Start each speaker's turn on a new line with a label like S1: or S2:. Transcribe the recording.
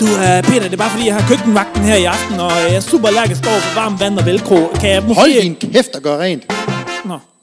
S1: Du, øh, Peter, det er bare fordi, jeg har køkkenvagten her i aften, og øh, jeg er super allergisk over for varmt vand og velcro. Kan jeg måske...
S2: Hold din kæft og gør rent.
S1: Nå.